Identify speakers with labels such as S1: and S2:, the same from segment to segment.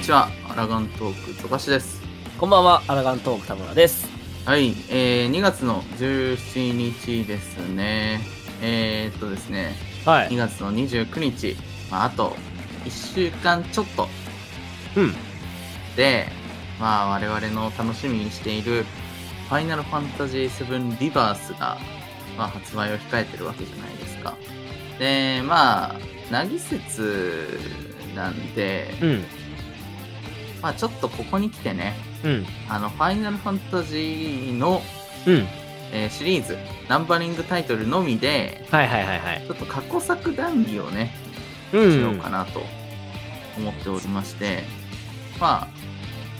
S1: ちは、アラガントーク、富樫です。
S2: こんばんは、アラガントーク田村です。
S1: はい、えー、2月の17日ですね。えー、っとですね、
S2: は
S1: 2。月の29日、まあ、あと1週間ちょっと
S2: うん。
S1: で、まあ、我々の楽しみにしている、ファイナルファンタジー7リバースが、まあ、発売を控えてるわけじゃないですか。で、まあ、な季節なんで、
S2: うん。
S1: まあ、ちょっとここに来てね、
S2: うん。
S1: あの、ファイナルファンタジーの、
S2: うん。
S1: えーシリーズ、ナンバリングタイトルのみで、
S2: はいはいはいはい。
S1: ちょっと過去作談義をね、
S2: う
S1: しようかなと思っておりまして、ま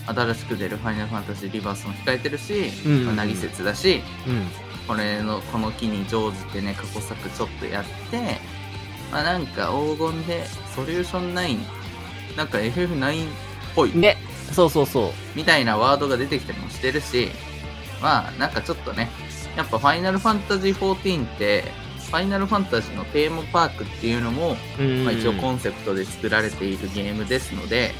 S1: あ、新しく出るファイナルファンタジーリバースも控えてるし、
S2: うん
S1: まあ、なぎ節だし、
S2: うん。
S1: これの、この機に上手でね、過去作ちょっとやって、まあなんか黄金で、ソリューション9、なんか FF9 っぽい。
S2: ね、そうそうそ
S1: みたいなワードが出てきたりもしてるし、まあ、なんかちょっとね、やっぱファイナルファンタジー14って、ファイナルファンタジーのテーマパークっていうのも、
S2: う。うん
S1: まあ、一応コンセプトで作られているゲームですので、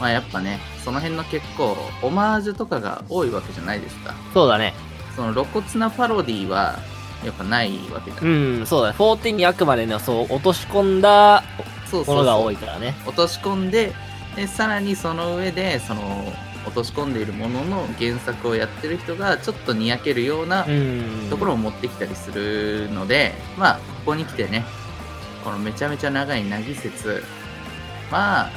S1: まあやっぱね、その辺の結構、オマージュとかが多いわけじゃないですか。
S2: そうだね。
S1: その露骨なパロディは、やっぱないわけだ。
S2: うん、そうだね。14にあくまでの、そう、落とし込んだ
S1: そう
S2: も
S1: そう
S2: のが
S1: そ
S2: 多
S1: う
S2: い。からね。
S1: 落とし込んで、でさらにその上で、その、落とし込んでいるものの原作をやってる人がちょっとにやけるような
S2: うん
S1: ところを持ってきたりするので、まあ、ここに来てね、このめちゃめちゃ長いなぎ説、まあ、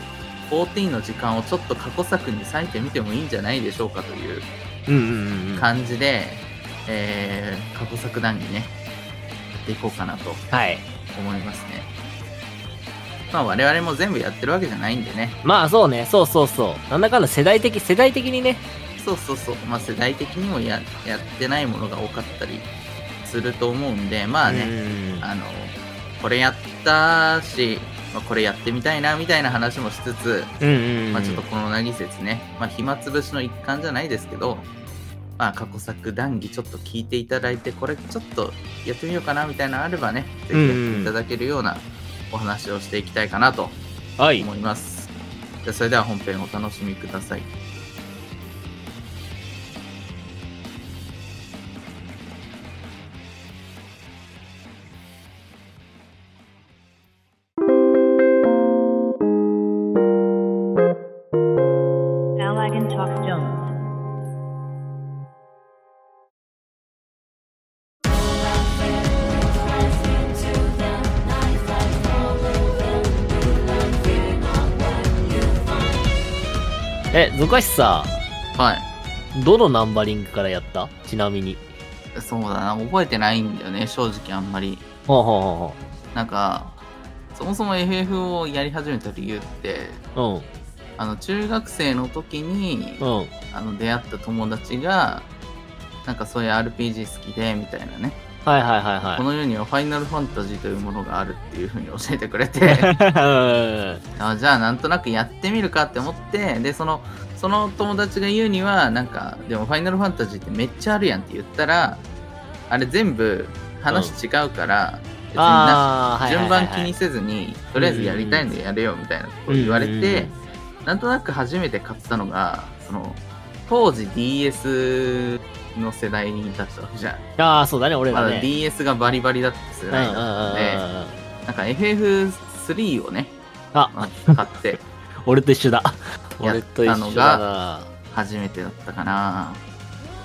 S1: 14の時間をちょっと過去作に割いてみてもいいんじゃないでしょうかという
S2: うんうんうん。は
S1: 感じで、えー、過去作談義ね、やっていこうかなと
S2: い。
S1: 思いますね。まあ、我々も全部やってるわけじゃないんでね、
S2: まあそうね、そうそうそう。なんだかんだ世代的、世代的にね。
S1: そうそうそう、まあ、世代的にもややってないものが多かったりすると思うんで、まあね、
S2: うん
S1: あの、これやったし、まあ、これやってみたいな、みたいな話もしつつ、
S2: うんうん。
S1: まあ、ちょっとこのなぎ説ね、まあ、暇つぶしの一環じゃないですけど、まあ、過去作談義ちょっと聞いていただいて、これちょっとやってみようかな、みたいなのあればね、ぜひやっていただけるようなお話をしていきたいかなと
S2: はい。
S1: 思います。じゃあそれでは本編お楽しみください。
S3: Alagan Talk Jones.
S2: え、ゾカシさ、
S1: はい。
S2: どのナンバリングからやったちなみに。
S1: そうだな、覚えてないんだよね、正直あんまり。
S2: ほうほうほ
S1: なんか、そもそも FF をやり始めた理由って、
S2: うほう。
S1: あの、中学生の時に、
S2: うん。うん。
S1: あの、出会った友達が、なんかそういう RPG 好きで、みたいなね、
S2: はいはいはいはい
S1: こ。の世にはファイナルファンタジーというものがあるっていうふうに教えてくれて、
S2: う
S1: あじゃあなんとなくやってみるかって思って、で、その、その友達が言うには、なんか、でもファイナルファンタジーってめっちゃあるやんって言ったら、あれ全部話違うから、別にな
S2: ああ、はいは
S1: 順
S2: いはい
S1: 番
S2: はい。
S1: 気にせずに、とりあえずやりたいんでやれよみたいなことを言われて、なんとなく初めて買ったのが、その、当時 DS の世代だったわけじゃん。
S2: ああ、そうだね、俺
S1: ま
S2: ら
S1: だ
S2: ね。
S1: DS がバリバリだった世
S2: うん
S1: 代だったので、なんか FF3 をね、
S2: あ、
S1: まあ買って
S2: 俺と一緒だ。
S1: や
S2: 俺
S1: っ
S2: と一
S1: たの
S2: 緒
S1: が
S2: だな。
S1: 初めてだったかな。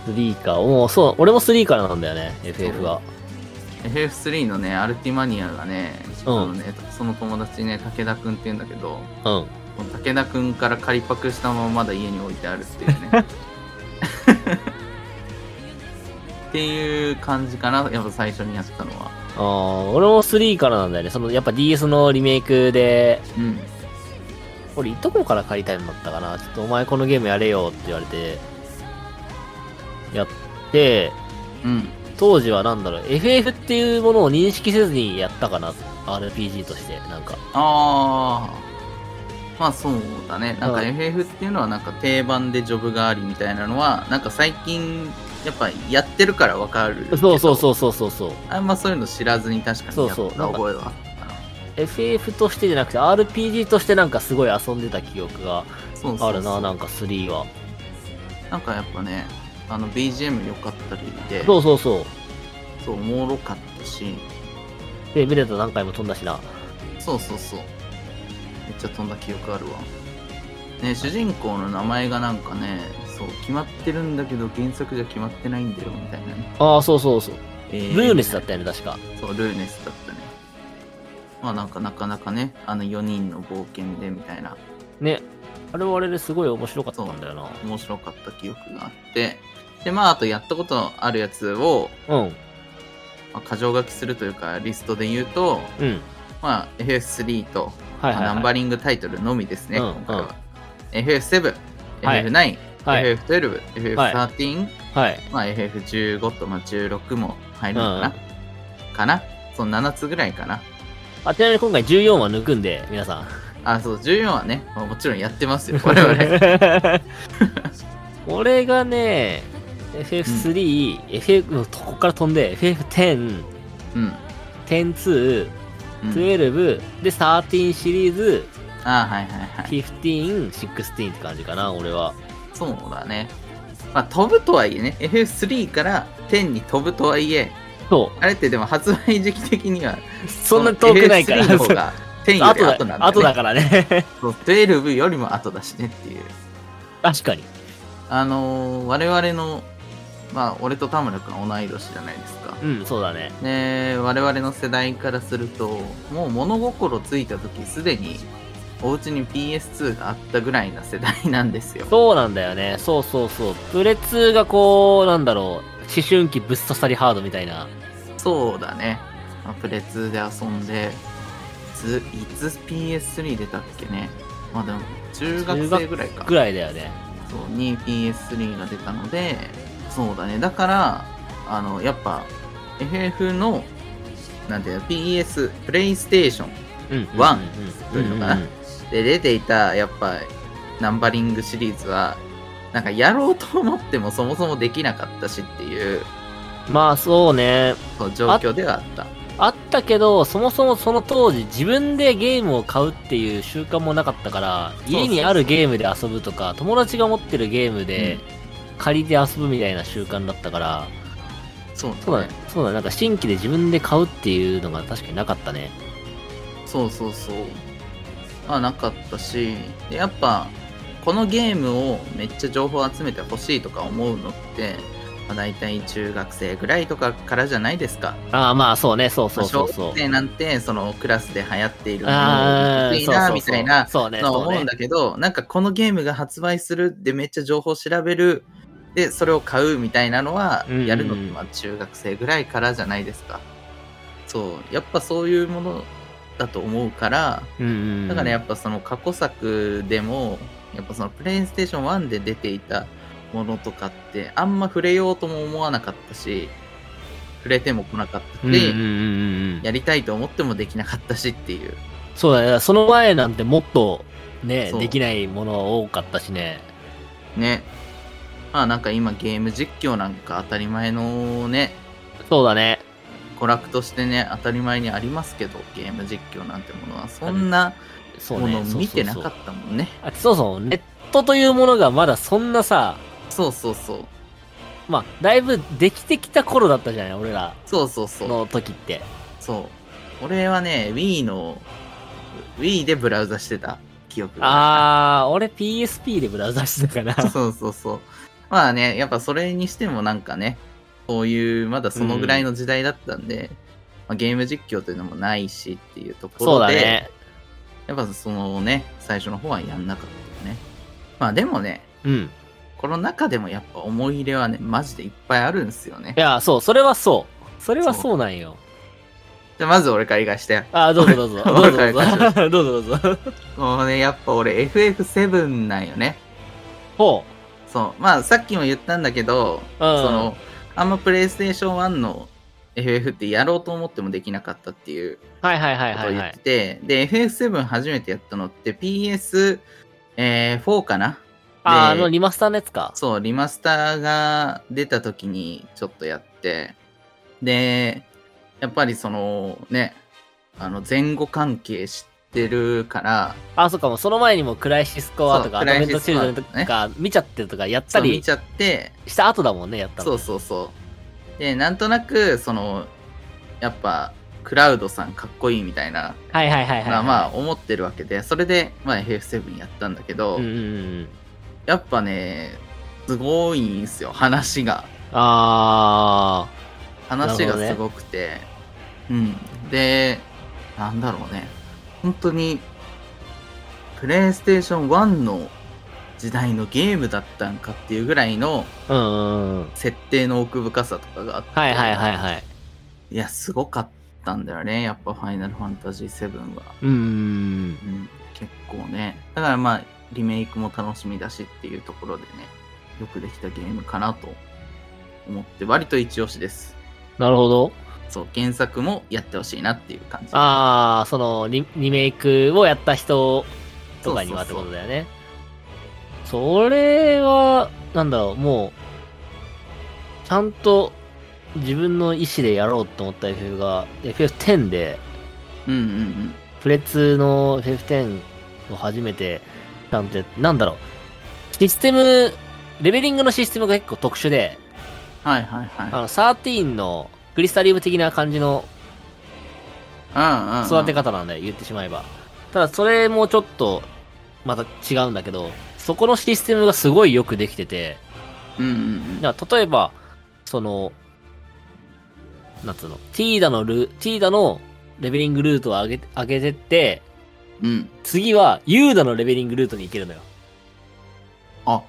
S2: 3か。もう、そう、俺も3からなんだよね、FF は。
S1: FF3 のね、アルティマニアがね、
S2: うん
S1: あのねその友達ね、武田くんって言うんだけど、
S2: うん。
S1: この武田くんから借りパクしたまままだ家に置いてあるっていう ね。っていう感じかな、やっぱ最初にやったのは。
S2: あー俺も3からなんだよね。その、やっぱ DS のリメイクで、
S1: うん。
S2: 俺、いとこから借りたいのだったかな。ちょっとお前このゲームやれよって言われて、やって、
S1: うん。
S2: 当時はなんだろう、FF っていうものを認識せずにやったかな。RPG として、なんか。
S1: ああ。まあそうだね。なんか
S2: うん
S1: FF っていうのはなんか定番でジョブがありみたいなのは、なんか最近、やっぱやってるからわかるけど。
S2: そうそう
S1: う。
S2: そうそうそうそう。
S1: あんまそういうの知らずに確かにやった
S2: そうそうなんか
S1: 覚えはあったな。
S2: FF としてじゃなくて RPG としてなんかすごい遊んでた記憶が
S1: そうそうそう
S2: あるな、なんか3は。
S1: なんかやっぱねあの BGM 良かったりで
S2: そううそうそう。
S1: そうおもろかったし
S2: で、ベレータ何回も飛んだしな。
S1: そうそうそうめっちゃ飛んだ記憶あるわね主人公の名前がなんかねそう決まってるんだけど原作じゃ決まってないんだよみたいなね、
S2: ああ、そうそうそう。
S1: え
S2: ルーネスだったよね、確か。
S1: そうルーネスだったねまあなんかなかなかねあの4人の冒険でみたいな
S2: ね。あれはあれですごい面白かったんだよな。
S1: 面白かった記憶があってでまああとやったことあるやつを、
S2: うん。
S1: まあ、箇条書きするというかリストで言うと
S2: うん。
S1: まあ FF3 と
S2: はいは
S1: ま
S2: い、は
S1: あ
S2: い。
S1: ナンバリングタイトルのみですね、
S2: うん
S1: 今回
S2: うん
S1: は。FF7、
S2: はい
S1: FF9、
S2: はい。
S1: FF12、FF13、
S2: はい。
S1: まあ、FF15 と、まあ、16も入るのかな、かなその7つぐらいかな。
S2: あ、ちなみに今回14は抜くんで、皆さん。
S1: あ、そう、14はね、まあもちろんやってます よ、我々。
S2: 俺がね、FF3、FF、ここから飛んで、FF10、
S1: うん。
S2: 102、
S1: うん、
S2: 12、で、13シリーズ、
S1: あ、はいはいはい。
S2: 15、16って感じかな、俺は。
S1: そうだね。まあ、飛ぶとはいえね、FF3 から10に飛ぶとはいえ、
S2: そ
S1: あれってでも発売時期的には、
S2: う。そんな遠くないから。
S1: FF3 の方 が10よ
S2: 後
S1: り後なんだ、ね、
S2: だ後だからね。
S1: そう12よりも後だしねっていう。
S2: 確かに。
S1: あのー我々の、まあ、俺と田村君は同い年じゃないですか。
S2: うん、そうだね。
S1: で、我々の世代からすると、もう物心ついた時、すでに、お家に PS2 があったぐらいな世代なんですよ。
S2: そうなんだよね。そうそうそう。プレ2がこう、なんだろう。思春期ぶっ刺さりハードみたいな。
S1: そうだね。まあプレ2で遊んで、ついつ PS3 出たっけね。まあでも、中学生ぐらいか。
S2: ぐらいだよね。
S1: そうに PS3 が出たのでそうだねだからあのやっぱ FF のなんていうの PS プレイステーション
S2: うん。
S1: ワン
S2: うんうんうん
S1: というのかなで出ていたやっぱナンバリングシリーズはなんかやろうと思ってもそもそもできなかったしっていう
S2: まあそうね。
S1: そう状況ではあった
S2: あったけど、そもそもその当時自分でゲームを買うっていう習慣もなかったから、
S1: うそう
S2: 家にあるゲームで遊ぶとか、友達が持ってるゲームで借りて遊ぶみたいな習慣だったから、
S1: そう
S2: そう
S1: だ
S2: だ
S1: ね
S2: ね。そうだね。なんか新規で自分で買うっていうのが確かになかったね。
S1: そうそうそうまあなかったしでやっぱこのゲームをめっちゃ情報集めてほしいとか思うのって、まあ、大体中学生ぐらいとかからじゃないですか
S2: ああ、まあそうね。そうそうそう
S1: まあ小
S2: そう
S1: 学。生なんてそのクラスで流行っているもの
S2: あ
S1: を
S2: あ、
S1: いいなみたいな
S2: そうね、
S1: のは
S2: そう
S1: 思う
S2: ね
S1: ん。だけど、なんかこのゲームが発売するでめっちゃ情報調べるでそれを買うみたいなのは
S2: うんうん
S1: やるのってまあ中学生ぐらいからじゃないですか、そうやっぱそういうものだと思うから
S2: うんうん。
S1: だからや
S2: っ
S1: っぱその過去作でもやっぱそのプレイステーション1で出ていたものとかってあんま触れようとも思わなかったし触れても来なかったし、
S2: うんうんうんうんうん。
S1: やりたいと思ってもできなかったしっていう
S2: そうだね。だからその前なんてもっとね、
S1: そう
S2: できないもの多かったしね。
S1: ねまあなんか今ゲーム実況なんか当たり前のね
S2: そうだね。
S1: 娯楽としてね当たり前にありますけどゲーム実況なんてものはそんな
S2: そう
S1: も
S2: ね。
S1: の見てな
S2: そう
S1: か
S2: そう
S1: ったもんね
S2: そうあそもそもネットというものがまだそんなさ、
S1: そうそうそう
S2: まあ、だいぶできてきた頃だったじゃない俺ら
S1: そうそうそう
S2: の時って。
S1: そう。俺はね、Wii の、Wii でブラウザしてた記憶があ
S2: あー、俺 PSP でブラウザしてたか
S1: る
S2: ら
S1: そうそうそう。まあね、やっぱそれにしてもなんかね、こういう、まだそのぐらいの時代だったんで、まあ、ゲーム実況というのもないしっていうところで、
S2: そうだね。
S1: やっぱそのね、最初の方はやんなかったよね。まあでもね、
S2: うん。
S1: この中でもやっぱ思い入れはね、マジでいっぱいあるんですよね
S2: い。や、そう、それはそう。それはそうなんよ。
S1: じゃあまず俺から言い返して。
S2: あー、どうぞどう ぞ。どうぞどうぞ
S1: わか。
S2: どうぞどうぞ。
S1: もうね、やっぱ俺 FF7 なんよね。
S2: ほう。
S1: そう。まあさっきも言ったんだけど、
S2: うん
S1: そのあんまプレイステーション1の FF ってやろうと思ってもできなかったっていうこ
S2: はいはいはい
S1: と
S2: は
S1: を
S2: い、
S1: 言
S2: は
S1: って
S2: い。
S1: て、で FF7 初めてやったのって PS4、えー4かな
S2: あー、あ
S1: で
S2: の、リマスターのやつか。
S1: そうリマスターが出た時にちょっとやってでやっぱりそのねあの前後関係知ってるから
S2: あ、そっか、もうその前にもクライシスコアとか
S1: そ
S2: ア
S1: う
S2: ドベントチルドレンと
S1: クライシス
S2: か見ちゃってるとかやった
S1: そう見
S2: り
S1: ちゃって
S2: した後だもんね、やったの。
S1: そうそうそうでなんとなくそのやっぱクラウドさんかっこいいみたいな
S2: はいはいはいはい。
S1: まあまあ思ってるわけでそれでまあ FF7 やったんだけど、
S2: うんうんうん。
S1: やっぱねすごいんすよ話が
S2: あ
S1: 話が
S2: な
S1: す
S2: るほ
S1: ごくて、うんでなんだろうね本当にプレイステーション1の時代のゲームだったんかっていうぐらいの
S2: ー。うんうんうん。
S1: 設定の奥深さとかがあって、
S2: はいはいはいはい。
S1: いやすごかったんだよねやっぱ「ファイナルファンタジー7は」
S2: うんうん
S1: うん、結構ねだからまあリメイクも楽しみだしっていうところでねよくできたゲームかなと思って割と一押しです
S2: うん。なるほど。
S1: そう原作もやってほしいなっていう感じ
S2: ああ、そのリ、リメイクをやった人とかにはって
S1: そう
S2: こ
S1: そうそう
S2: とだよね。それは、なんだろう、もう、ちゃんと自分の意思でやろうと思った FF が、FF10 で、
S1: うんうんうん
S2: プレツの FF10 を初めて、なんて、なんだろう、システム、レベリングのシステムが結構特殊で、
S1: はいはいはい
S2: あの、13のクリスタリウム的な感じの
S1: うんうんうん
S2: 育て方なんで、言ってしまえば。ただ、それもちょっと、また違うんだけど、そこのシステムがすごいよくできてて、
S1: うんうん
S2: だから例えば、その、なんつうの、ティーダのル、ティーダのレベリングルートを上げ、上げてって、
S1: うんうん
S2: 次はユーダのレベリングルートに行けるのよ。
S1: あ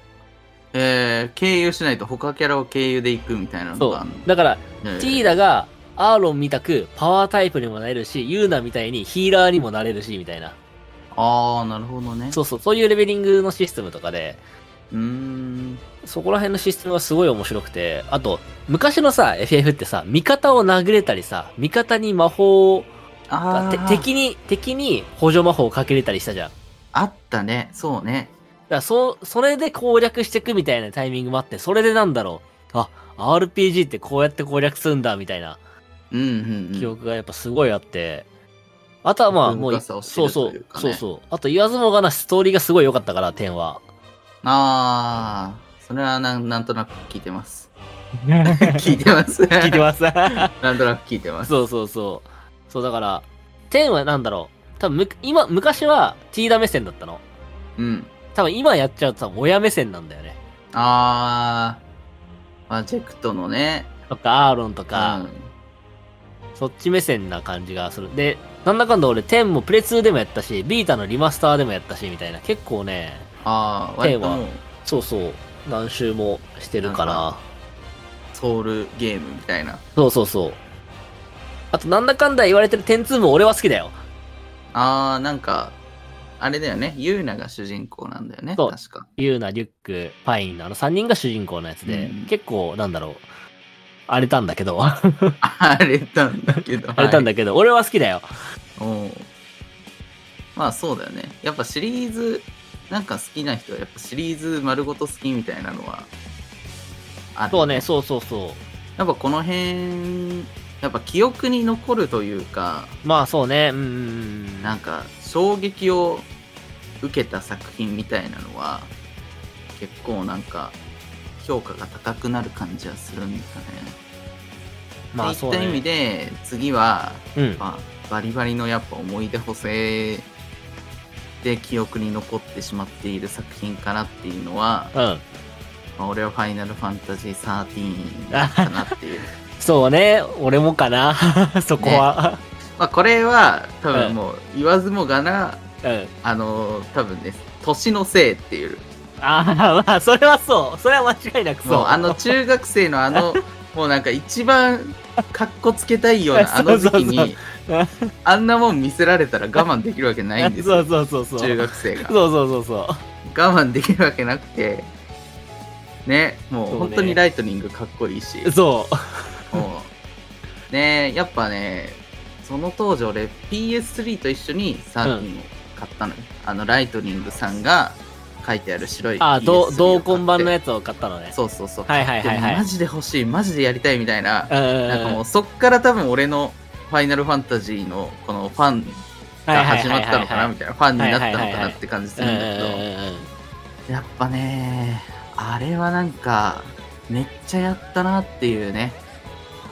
S1: えー、経由しないと他キャラを経由で行くみたいなの
S2: そ
S1: がある
S2: う。だから、
S1: の
S2: ティーダがアーロンみたくパワータイプにもなれるし、ユーダみたいにヒーラーにもなれるし、みたいな。
S1: ああなるほどね
S2: そうそう、そういうレベリングのシステムとかで、
S1: うーん
S2: そこら辺のシステムがすごい面白くて、あと、昔のさ、FF ってさ、味方を殴れたりさ、味方に魔法を、
S1: あ
S2: て
S1: あ
S2: 敵に、敵に補助魔法をかけれたりしたじゃん。だか
S1: あったねそうね
S2: ら、そう、それで攻略していくみたいなタイミングもあって、それでなんだろう。あ、RPG ってこうやって攻略するんだ、みたいな
S1: うんうん、うん、
S2: 記憶がやっぱすごいあって。あとはまあ、もう、
S1: 文化差を知
S2: そう
S1: る
S2: そ
S1: という
S2: う、
S1: かね
S2: そうそう。あと言わずもがな、ストーリーがすごい良かったから、点は。
S1: ああそれはなんなんとなく聞いてます 聞いてます聞
S2: 聞いてます。
S1: すなんとなく聞いてます
S2: そうそうそう。そうだから、10はなんだろう。多分む、今、昔はティーダ目線だったの。
S1: うん
S2: 多分今やっちゃうと多分親目線なんだよね。
S1: ああマジェクトのね
S2: とか、アーロンとか、
S1: うん
S2: そっち目線な感じがする。で、なんだかんだ俺10もプレ2でもやったし、ビータのリマスターでもやったし、みたいな。結構ね、
S1: ああ割ともう
S2: そうそう、何周もしてるかな。
S1: なんソウルゲームみたいな
S2: そうそうそう。あと、なんだかんだ言われてる102も俺は好きだよ。
S1: あーなんかあれだよねユーナが主人公なんだよね
S2: そう
S1: 確か
S2: ユーナ、リュック、パインのあの3人が主人公のやつで、
S1: うん
S2: 結構、なんだろう、荒れたんだけど、
S1: あれなんだけど
S2: 荒れたん
S1: だ
S2: だけど、俺は好きだよ。
S1: まあそうだよねやっぱシリーズなんか好きな人はやっぱシリーズ丸ごと好きみたいなのはある
S2: そうね、そうそうそ
S1: やっぱこの辺やっぱ記憶に残るというか
S2: う。まあそうね、うんうんうん。
S1: なんか衝撃を受けた作品みたいなのは結構なんか評価が高くなる感じはするんだね。
S2: まあ
S1: そ
S2: そうう
S1: い
S2: ね。
S1: った意味で次は、
S2: うん。
S1: まあ、バリバリのやっぱ思い出補正で記憶に残ってしまっている作品かなっていうのは、
S2: うん。
S1: まあ、俺は「ファイナルファンタジー13」かなって いう。
S2: そうね、俺もかな、 そこは。
S1: まあこれは多分もう言わずもがな、
S2: うん。
S1: あのー多分ね年のせいっていう
S2: ああ、まあ、それはそう。それは間違いなくそう。
S1: そうあの中学生のあ のもうなんか一番かっこつけたいよう なあの時期に
S2: そうそう
S1: あんなもん見せられたら我慢できるわけないんです
S2: そ
S1: よ
S2: うそうそうそう。
S1: 中学生が
S2: そうそうそうそう。
S1: 我慢できるわけなくてねも
S2: そう
S1: う
S2: ね
S1: 本当にライトニングかっこいいし
S2: そう。
S1: もうねやっぱねその当時俺 PS3 と一緒に13を買ったのよ、あのライトニングさんが書いてある白い
S2: ああ、同
S1: PS3
S2: 同梱版の
S1: や
S2: やつを買ったのね。
S1: そうそうそう
S2: はいはい
S1: で
S2: はいはい
S1: マ。ジで欲しいマジでやりたいみたいな
S2: うんうんうん
S1: なんかもうそっから多分俺のファイナルファンタジーのこのファン
S2: は
S1: が
S2: いはい
S1: 始
S2: は
S1: ま
S2: い
S1: った
S2: は
S1: の
S2: い
S1: か
S2: は
S1: ないみたいな、ファンになった
S2: はい
S1: の
S2: は
S1: か
S2: いは
S1: ないって感じす
S2: う
S1: る
S2: ん
S1: んだけど、
S2: うんうんうん
S1: やっぱね、あれはなんか、めっちゃやったなっていうね、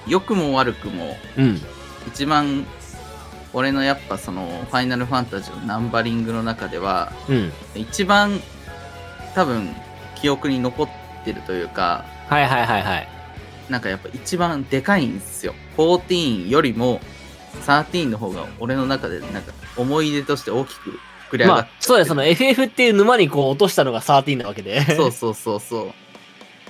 S1: 良くも悪くも、
S2: うん
S1: 一番、俺のやっぱその、ファイナルファンタジーのナンバリングの中では、
S2: うん
S1: 一番、多分、記憶に残ってるというか、
S2: はいはいはいはい
S1: なんかやっぱ一番でかいんですよ。14よりも、13の方が俺の中で、なんか思い出として大きく膨れ上
S2: ま
S1: がっ
S2: あそうですその FF っていう沼にこう落としたのが13なわけで
S1: そうそうそうそう。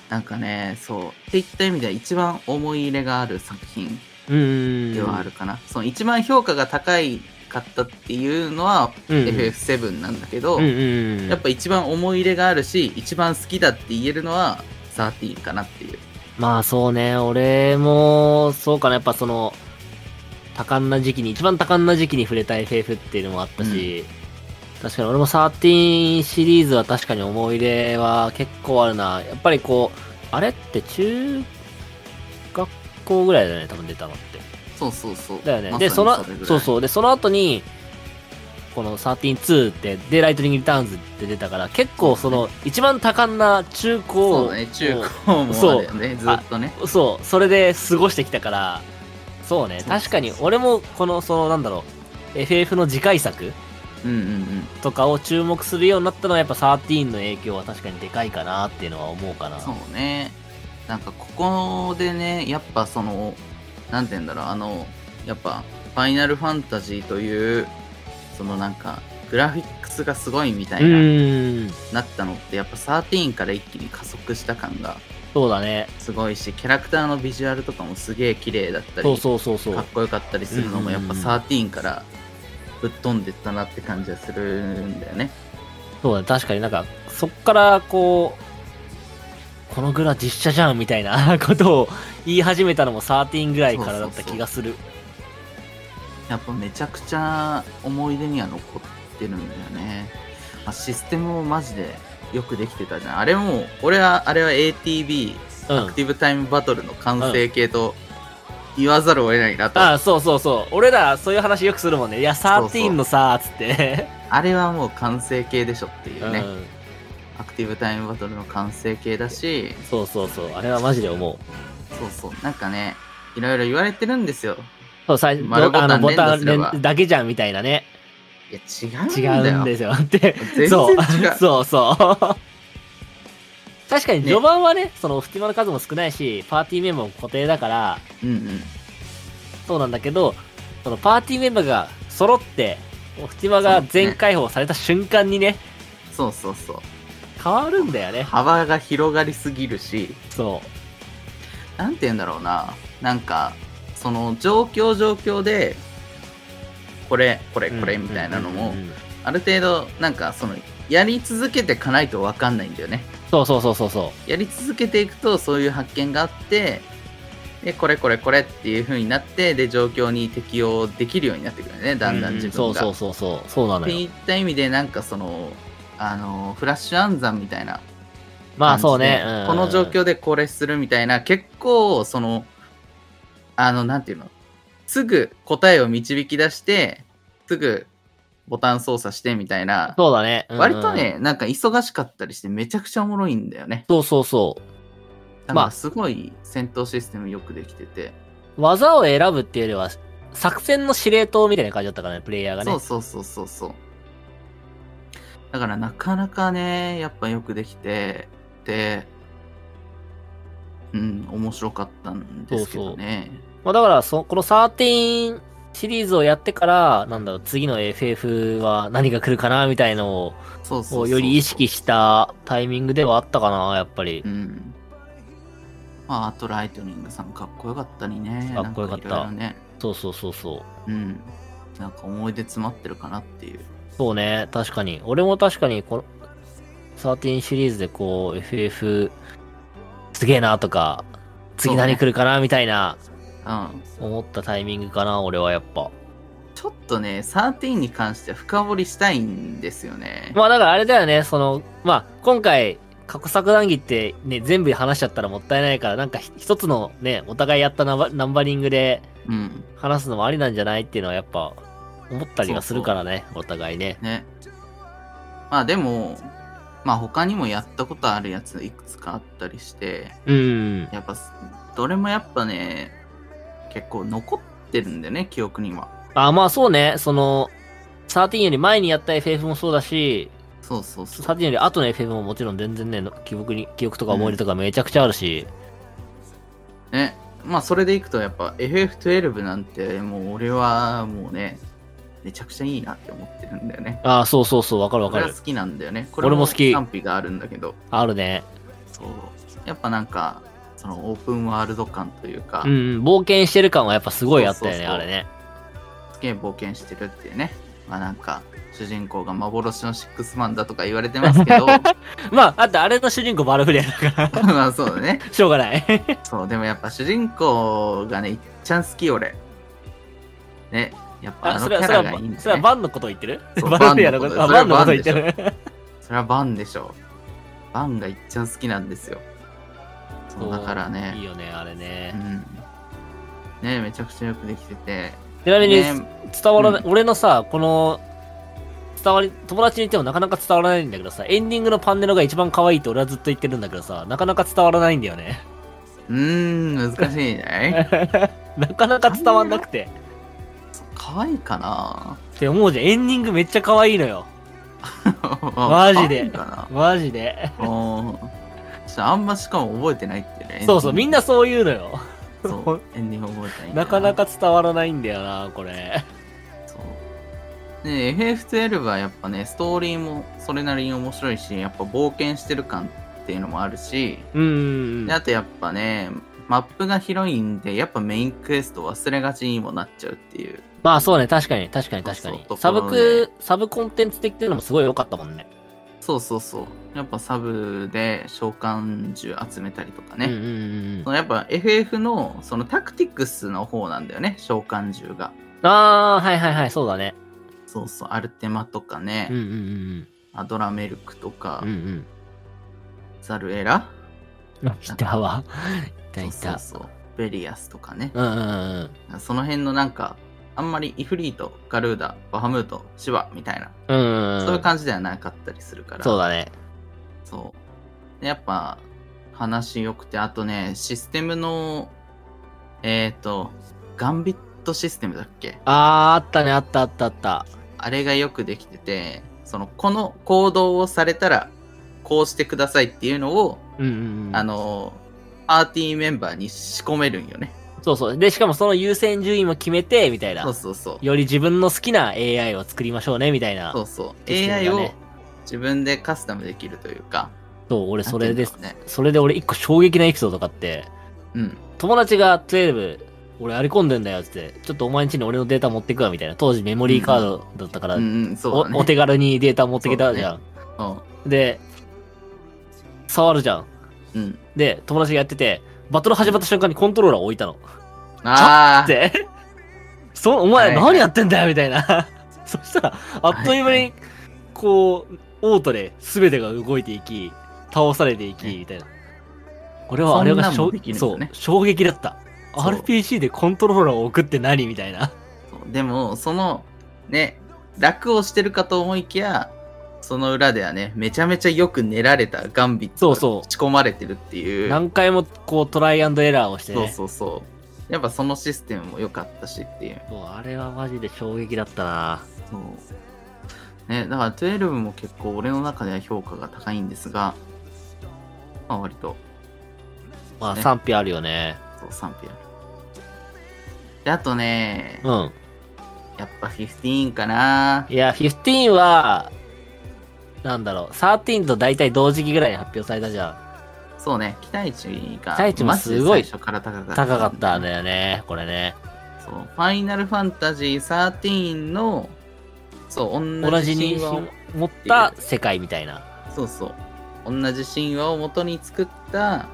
S1: なんかね、そう。っていった意味では一番思い入れがある作品
S2: うーん
S1: ではあるかな。その一番評価が高いかったっていうのは
S2: うんうん
S1: FF7 なんだけど、
S2: うんうんうん
S1: やっぱ一番思い入れがあるし、一番好きだって言えるのは13かなっていう。
S2: まあそうね、俺も、そうかな、やっぱその、多感な時期に、一番多感な時期に触れた FF っていうのもあったし、確かに俺も13シリーズは確かに思い入れは結構あるな。やっぱりこう、あれって中学校ぐらいだよね、多分出たのって。
S1: そうそうそう。
S2: だよね。
S1: まさ
S2: で、
S1: に
S2: その、
S1: れぐらい
S2: そうそう。で、その後に、この132って、デイライトニングリターンズって出たから、結構その、一番多感な中高
S1: そうだね、中高もあるよね、ずっとね。
S2: そう、それで過ごしてきたから、そうね、
S1: そうそうそう
S2: 確かに俺もこの、その、なんだろう、FF の次回作
S1: うんうんうん。
S2: とかを注目するようになったのは、やっぱ13の影響は確かにでかいかなっていうのは思うかな。
S1: そうね。なんかここでね、やっぱその、なんて言うんだろう、あの、やっぱ、ファイナルファンタジーという、そのなんか、グラフィックスがすごいみた
S2: う
S1: いな、
S2: ーん、
S1: なったのって、やっぱ13から一気に加速した感が
S2: そうだね。
S1: すごいし、キャラクターのビジュアルとかもすげえ綺麗だったり、
S2: そうそうそうそ
S1: かっ
S2: う。
S1: こよかったりするのも、やっぱ13からぶっ飛んでったなって感じがするんだよね。
S2: そうだね、確かになんか、そっからこう、このぐらい実写じゃんみたいな ことを言い始めたのも13ぐらいからだった気がする。
S1: やっぱめちゃくちゃ思い出には残ってるんだよね。まあ、システムもマジでよくできてたじゃん。あれも、俺は、あれは ATB、
S2: う
S1: ア
S2: ん
S1: クティブタイムバトルの完成形と言わざるを得ないなと。
S2: ああ、そうそうそう。俺ら、そういう話よくするもんね。いや、
S1: そうそう
S2: 13のさ、つって。
S1: あれはもう完成形でしょっていううね。
S2: ん。
S1: アクティブタイムバトルの完成形だし、
S2: そうそうそう。あれはマジで思う。
S1: そうそう、なんかね、いろいろ言われてるんですよ。
S2: そう、最初、
S1: 丸ボタン
S2: あのボ
S1: 連打
S2: タ
S1: す
S2: ン
S1: れば
S2: 連だけじゃんみたいなね。
S1: いや、違
S2: 違
S1: うんだ
S2: う
S1: よ。
S2: んですよ。って。
S1: 全然違う
S2: そう。そう そう。確かに序盤はね、その、フティマの数も少ないし、パーティーメンバーも固定だから、
S1: うんうん。
S2: そうなんだけど、そのパーティーメンバーが揃って、フティマが全開放された瞬間にね、
S1: そうそうそう。
S2: 変わるんだよね。
S1: 幅が広がりすぎるし、
S2: そ
S1: なんて言うんだろうな。なんか、その状況状況で、これ、これ、
S2: う。
S1: これみたいなの
S2: う
S1: も
S2: んうん、うんうん
S1: ある程度、なんかその、やり続けてかないと分かんないんだよね。
S2: そうそうそうそうそう。
S1: やり続けていくと、そういう発見があって、で、これ、これ、これっていう風になって、で、状況に適応できるようになってくるよね、だんだん自
S2: う
S1: 分
S2: うそ
S1: が
S2: う。そうそうそうそうな
S1: っ
S2: の
S1: てい
S2: よ
S1: った意味で、なんかその、あの、フラッシュ暗算みたいな
S2: まあそうね、
S1: 感じで
S2: うん
S1: この状況でこれするみたいな、結構、その、あの、なんていうの、すぐ答えを導き出して、すぐボタン操作してみたいな、
S2: そうだね、うん
S1: 割とね、なんか忙しかったりして、めちゃくちゃおもろいんだよね。
S2: そうそうそ
S1: なん
S2: ま
S1: か
S2: あ
S1: すごい戦闘システムよくできてて、
S2: う技を選ぶっていうよりは作戦の司令塔みたいな感じだったからねプレイヤーがね
S1: そうそうそうそうそう。だからなかなかね、やっぱよくできて、で、うん、面白かったんですけどね。
S2: まあ、だからそこの13シリーズをやってからなんだろう次の FF は何が来るかなみたいのを
S1: そうそうそう
S2: こうより意識したタイミングではあったかなやっぱり
S1: う、ん。まあ、あとライトニングさんかっこよかったりね。
S2: かっこよかった
S1: なんいろいろね。
S2: そうそうそうそう
S1: うん。なんか思い出詰まってるかなっていう。
S2: そうね、確かに。俺も確かに、この、13シリーズでこう、FF、すげえなとか、次
S1: そうね
S2: 何来るかなみたいな、
S1: うん。
S2: 思ったタイミングかな、俺はやっぱ。
S1: ちょっとね、13に関しては深掘りしたいんですよね。
S2: まあだからあれだよね、その、まあ、今回、過去作談義ってね、全部話しちゃったらもったいないから、なんかひ一つのね、お互いやったナンバナンバリングで
S1: うん。
S2: 話すのもありなんじゃないっていうのはやっぱ思ったりはするからね、お互いね。
S1: ね。まあでも、まあ他にもやったことあるやついくつかあったりして、
S2: うん。
S1: やっぱす、どれもやっぱね、結構残ってるんだよね、記憶には。
S2: あ、まあそうね、その、13より前にやった FF もそうだし、
S1: そうそうそう。
S2: 13より後の FF ももちろん全然ね、の記憶に、記憶とか思い出とかめちゃくちゃあるし、
S1: ね。まあそれでいくとやっぱ FF12 なんてもう俺はもうね、めちゃくちゃいいなって思ってるんだよね。
S2: ああ、そうそうそう、わかるわ
S1: こ
S2: か
S1: れは
S2: る
S1: 好。きなんだよね。こ
S2: 俺も好き
S1: 賛否があるんだけど。
S2: あるね。
S1: そう。やっぱなんか、そのオープンワールド感というか、
S2: うん、うん、冒険してる感はやっぱすごいあったよね、
S1: そうそうそう
S2: あれね。
S1: すげえ冒険してるっていうね。まあなんか、主人公が幻のシックスマンだとか言われてますけど、
S2: まあ、あとあれの主人公バルフレアだから、
S1: まあそうだね。
S2: しょうがない。
S1: そう、でもやっぱ主人公がね、いっちゃん好き俺。ね、やっぱあ
S2: あ、
S1: の
S2: そ
S1: キ
S2: れは、
S1: ャ
S2: それ
S1: ラがい
S2: はい
S1: ん、
S2: そ
S1: だ
S2: れは
S1: ね。
S2: バンのこと言ってる
S1: そう
S2: バルフレアのこと、あ、バ
S1: バ
S2: ン
S1: ン
S2: の
S1: の
S2: こと
S1: こと
S2: 言ってる。
S1: それはバンでしょう。バンがいっちゃん好きなんですよ。そう、だから
S2: いい
S1: ね。
S2: よね、あれ
S1: う
S2: ね。
S1: ん。ね、めちゃくちゃよくできてて。
S2: ちなみに、
S1: ね
S2: 伝わらない、
S1: う
S2: 俺のさ、この、伝わり、友達に言ってもなかなか伝わらないんだけどさ、エンディングのパンネルが一番可愛いって俺はずっと言ってるんだけどさ、なかなか伝わらないんだよね。
S1: うーん、難しいね。
S2: なかなか伝わんなくて。
S1: 可愛いか な
S2: って思うじゃん。エンディングめっちゃ可愛いのよ。
S1: マ
S2: ジで
S1: かな
S2: マジで。
S1: うんちょっとあんましかも覚えてないってね。
S2: そうそう、みんなそう言うのよ。
S1: そう、エンディング覚えてないんだよ。
S2: なかなか伝わらないんだよな、これ。
S1: そう。で、FF12 はやっぱね、ストーリーもそれなりに面白いし、やっぱ冒険してる感っていうのもあるし、
S2: うーん
S1: で。あとやっぱね、マップが広いんで、やっぱメインクエスト忘れがちにもなっちゃうっていう。
S2: まあそうね、確かに、確かに、確か
S1: そ
S2: に
S1: うそ。う
S2: サブ
S1: ところ
S2: ク、サブコンテンツ的っていうのもすごい良かったもんね。
S1: そうそうそう。やっぱサブで召喚獣集めたりとか
S2: うんう
S1: ね。
S2: んうん
S1: そのやっぱ FF のそのタクティクスの方なんだよね、召喚獣が。
S2: うん。ああ、はいはいはい、そうだね。
S1: そうそう、アルテマとかね、
S2: うんうんうん
S1: アドラメルクとか、
S2: うん。うん
S1: ザルエラ
S2: うん。 いたわ。いたい
S1: そう
S2: た。
S1: そうそう、ベリアスとかね。
S2: うんうんうん
S1: その辺のなんか、あんまりイフリート、ガルーダ、バハムート、シバみたいな、
S2: うん。うんんん
S1: そういう感じではなかったりするから。
S2: そうだね。
S1: そうでやっぱ、話良くて、あとね、システムの、えっ、と、ガンビットシステムだっけ
S2: あー、あったね、あったあったあった。
S1: あれがよくできてて、その、この行動をされたら、こうしてくださいっていうのを、
S2: うんうんうん。
S1: あ、の、パーティーメンバーに仕込めるんよね。
S2: そうそう。で、しかもその優先順位も決めて、みたいな
S1: そう。そうそう。
S2: より自分の好きな AI を作りましょうね、みたいな。
S1: そうそう。
S2: システムがね
S1: AI を自分でカスタムできるというか。
S2: そう、俺それで
S1: なんていうんだろ
S2: それで俺一個衝撃なエピソードがあって、
S1: うね。
S2: 友達が12、俺やり込んでんだよっつって、ちょっとお前ん家に俺のデータ持ってくわみたいな。当時メモリーカードだったから、
S1: うん。うんうん、そうだね。
S2: おお手軽にデータ持ってきたじゃん。で、触るじゃん。
S1: うん。うん。
S2: で、友達がやってて、バトル始まった瞬間にコントローラー置いたの。
S1: あ
S2: っ
S1: あ。
S2: て、そお前
S1: はいはい
S2: 何やってんだよみたいな。 そしたら、あっという間
S1: はいは
S2: に、こう、オートで全てが動いていき、倒されていき、
S1: ね
S2: みたいな。俺はあれ
S1: そん
S2: が
S1: なん
S2: 衝
S1: もできるんだ
S2: そ
S1: よ
S2: う
S1: ね
S2: 衝撃だった。
S1: そう
S2: RPG でコントローラーを置くって何みたいな。
S1: そうでも、その、ね、楽をしてるかと思いきや、その裏ではね、めちゃめちゃよく練られたガンビッ
S2: そ
S1: ト
S2: うそう
S1: が打ち込まれてるっていう。
S2: 何回もこうトライアンドエラーをして
S1: そう
S2: ね。
S1: そうそう。やっぱそのシステムも良かったしっていう。
S2: そうあれはマジで衝撃だったな。
S1: そう。ね、だから12も結構俺の中では評価が高いんですが、まあ割と
S2: まあ
S1: ね
S2: 賛否あるよね。
S1: そう、賛否ある。で、あとね、
S2: うん。。
S1: やっぱ15かない
S2: や、15は、なんだろう、13と大体同時期ぐらいに発表されたじゃん。
S1: そうね、期待値が、
S2: 期待値もすごい
S1: マジで最初から高かった。
S2: 高かったん。だよね、これね。
S1: そう、ファイナルファンタジー13の、そう、
S2: 同
S1: 同
S2: じ
S1: じ
S2: 認
S1: 神話を
S2: 識を持った世界みたいな。
S1: そうそう、同じ神話を元に作った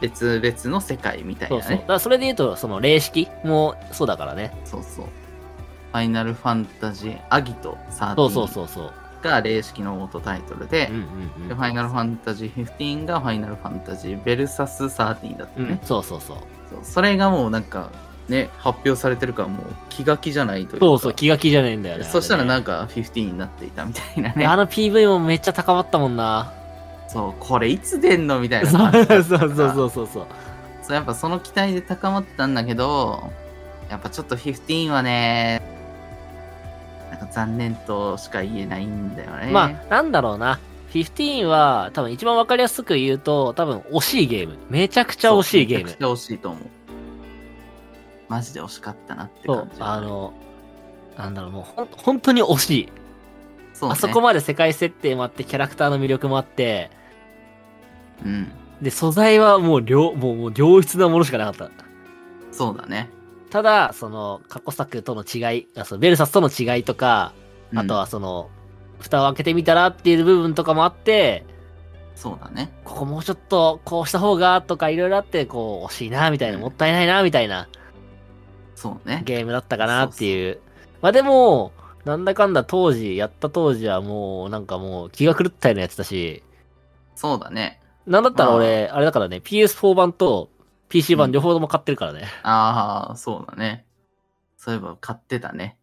S1: 別々の世界みたい
S2: そう
S1: な
S2: そう。だ
S1: ね
S2: か。らそれで言うと、その、霊式もそうだからね。
S1: そうそう。ファイナルファンタジーアギト13
S2: そうそうそうそう。
S1: が霊式のオートタイトルで
S2: うん、うん
S1: で
S2: うん
S1: ファイナルファンタジー15がファイナルファンタジーベルサス13だった
S2: うん
S1: ね、
S2: そうそうそう
S1: そうそれがもうなんかね発表されてるからもう気が気じゃないというか
S2: そうそう気が気じゃねえんだよね
S1: そしたらなん
S2: か
S1: か15になっていたみたいな
S2: あ
S1: ね
S2: の PV もめっちゃ高まったもんな
S1: そうこれいつ出んのみたいな
S2: そ
S1: 感
S2: う
S1: じだ
S2: そう
S1: った
S2: そ
S1: から
S2: うそうそうそう
S1: そうやっぱその期待で高まったんだけどやっぱちょっと15はねなんか残念としか言えないんだよね
S2: まあ、なんだろうな。15は、多分一番わかりやすく言うと、多分惜しいゲーム。めちゃくちゃ惜しいゲ
S1: め
S2: ー
S1: ち
S2: ム
S1: ゃく。ちゃ惜しいと思うマジで惜しかったなって
S2: そ
S1: 感
S2: う
S1: じ、
S2: あの、なんだろう、もうほん、本当に惜しい。
S1: そうね、
S2: あそこまで世界設定もあって、キャラクターの魅力もあって、
S1: うん
S2: で、素材はもう良、もう、もう良質なものしかなかった。
S1: そうだね
S2: ただ、その、過去作との違い、あそのベルサスとの違いとか、
S1: うん
S2: あとはその、蓋を開けてみたらっていう部分とかもあって、
S1: そうだね
S2: ここもうちょっとこうした方がとかいろいろあって、こう、惜しいな、みたいな、
S1: うん
S2: もったいないな、みたいな
S1: そうね
S2: ゲームだったかなっていう。まあでも、なんだかんだ当時、やった当時はもう、なんかもう気が狂ったようなやつだし、
S1: そうだね
S2: なんだったら俺、あれだからね、PS4 版と PC
S1: う
S2: 版
S1: ん
S2: 両方とも買ってるからね。
S1: ああそうだねそういえば買ってたね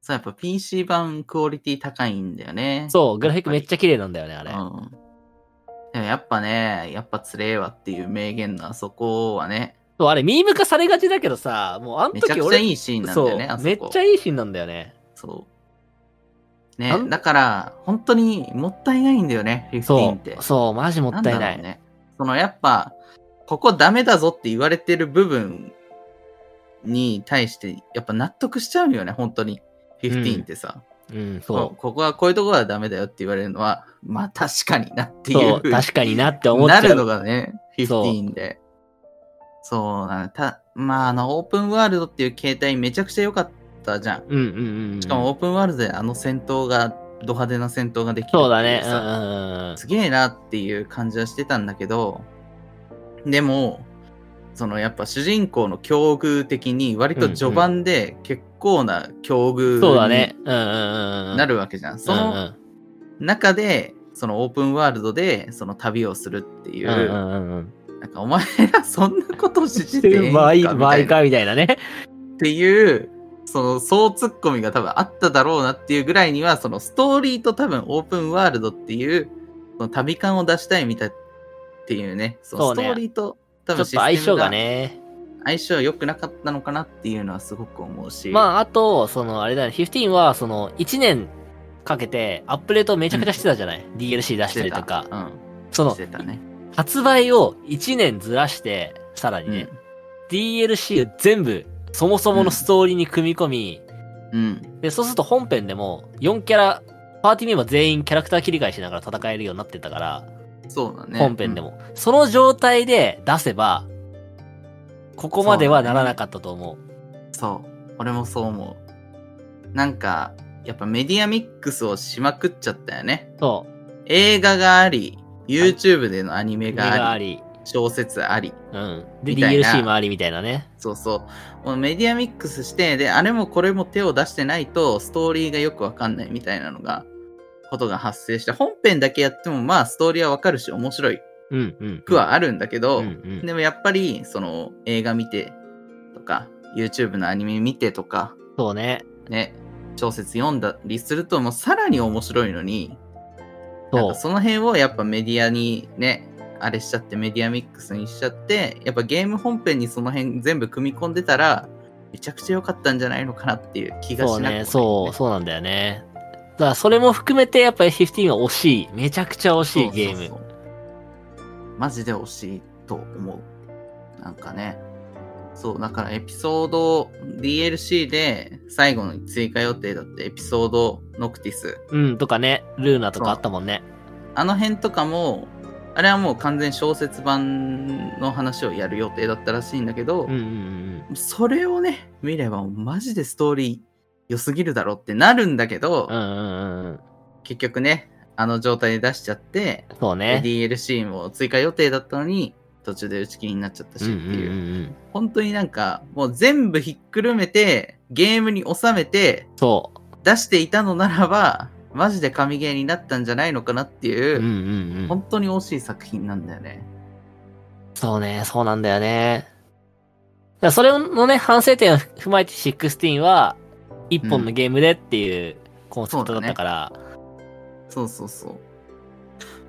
S1: そうやっぱ PC 版クオリティ高いんだよね
S2: そう、グラフィックめっちゃ綺麗なんだよね、あれ。
S1: うん。でもやっぱね、やっぱつれえわっていう名言のあそこはね、
S2: そう、あれ、ミーム化されがちだけどさ、もうあの
S1: めちゃ
S2: 時
S1: くちゃ
S2: 俺、
S1: いいシーンなんだ
S2: そ
S1: よね、あ
S2: う、
S1: そこ。
S2: めっちゃいいシーンなんだよね。
S1: そう。
S2: あ
S1: ね、
S2: ん
S1: だから、本当にもったいないんだよね、15
S2: そ
S1: って
S2: う、。そう、マジもったい
S1: んだ
S2: な
S1: ろう
S2: い。
S1: ね。そのやっぱ、ここダメだぞって言われてる部分に対して、やっぱ納得しちゃうよね、本当に。15ってさ、
S2: うん、
S1: こ
S2: そ
S1: ここはこういうところはダメだよって言われるのは、まあ確かになって
S2: う。
S1: いう。
S2: そう、確かになって思っち
S1: な
S2: ゃ
S1: る
S2: う
S1: の。がね、
S2: そう
S1: 15で。そうなの。た、まあ、あの、オープンワールドっていう形態めちゃくちゃ良かったじゃん。
S2: うんうんうんうん。
S1: しかもオープンワールドであの戦闘が、ド派手な戦闘ができるってい
S2: そうだね。うんう
S1: さ
S2: んうん。
S1: すげえなっていう感じはしてたんだけど、でも、そのやっぱ主人公の境遇的に割と序盤で結構な境遇
S2: そうだね
S1: に。
S2: うんうんうんうん。
S1: なるわけじゃん。その
S2: うん
S1: 中で、そのオープンワールドでその旅をするっていうう、
S2: んうんうんうん。
S1: なんかお前らそんなことし
S2: しててる
S1: んか
S2: 場合
S1: みたいな
S2: 場合かみたいなね。
S1: っていう、その総ツッコミが多分あっただろうなっていうぐらいには、そのストーリーと多分オープンワールドっていう、その旅感を出したいみたいっていうね、その
S2: そう
S1: スト
S2: ね
S1: ーリーと
S2: ち
S1: 多
S2: ょっと
S1: 分システム
S2: 相性がね。
S1: 相性良くなかったのかなっていうのはすごく思うし、
S2: まあ、あと、その、あれだね、15は、その、1年かけて、アップデートめちゃくちゃしてたじゃない、?DLC 出したりとか。そ
S1: うん、
S2: の
S1: し、てたね。
S2: 発売を1年ずらして、さらにね、DLC を全部、そもそものストーリーに組み込み、
S1: うん、
S2: で、そうすると本編でも、4キャラ、パーティーメンバー全員キャラクター切り替えしながら戦えるようになってたから、
S1: そうだね。
S2: 本編でも。その状態で出せば、ここまではならなかったと思う。
S1: うんそう、俺もそう思う。なんか、やっぱメディアミックスをしまくっちゃったよね。
S2: そう,、
S1: 映画があり、YouTube でのアニメ
S2: 目が
S1: があ
S2: あ
S1: り、
S2: り。
S1: 小説あり、
S2: うん。で、
S1: みたいな
S2: DLC もありみたいなね。
S1: そうそう。もうメディアミックスして、で、あれもこれも手を出してないと、ストーリーがよくわかんないみたいなのが、ことが発生して、本編だけやっても、まあ、ストーリーはわかるし、面白い
S2: うんうん。
S1: くはあるんだけど、
S2: うんうん
S1: でもやっぱり、その、映画見てとか、YouTube のアニメ見てとか、
S2: そうね。
S1: ね、小説読んだりすると、もうさらに面白いのに、なん
S2: そ
S1: か
S2: う。
S1: その辺をやっぱメディアにね、あれしちゃってメディアミックスにしちゃって、やっぱゲーム本編にその辺全部組み込んでたら、めちゃくちゃ良かったんじゃないのかなっていう気がしなく
S2: そう
S1: もない
S2: ね。そう、そうなんだよね。だから、それも含めて、やっぱり15は惜しい。めちゃくちゃ惜しいゲーム。
S1: そうそうそうマジで惜しいと思う。なんかね。そう、だからエピソード DLC で最後の追加予定だってエピソードノクティス。
S2: うん、とかね。ルーナとかあったもんね。
S1: あの辺とかも、あれはもう完全小説版の話をやる予定だったらしいんだけど、
S2: うんうんうん
S1: それをね、見ればマジでストーリー良すぎるだろってなるんだけど、
S2: うん。うんうんうんうん。
S1: 結局ね、あの状態で出しちゃって、
S2: そうね。
S1: DLC も追加予定だったのに、途中で打ち切りになっちゃったし
S2: う
S1: っ
S2: んう
S1: て
S2: ん
S1: いう。
S2: うんうん。
S1: 本当になんか、もう全部ひっくるめて、ゲームに収めて
S2: そう。
S1: 出していたのならば、マジで神ゲーになったんじゃないのかなっていうう、
S2: んうんうん。
S1: 本当に惜しい作品なんだよね。
S2: そうね、そうなんだよね。だからそれのね、反省点を踏まえて16は、一本のゲームでっていうコンセプトだったから、
S1: そうそうそう。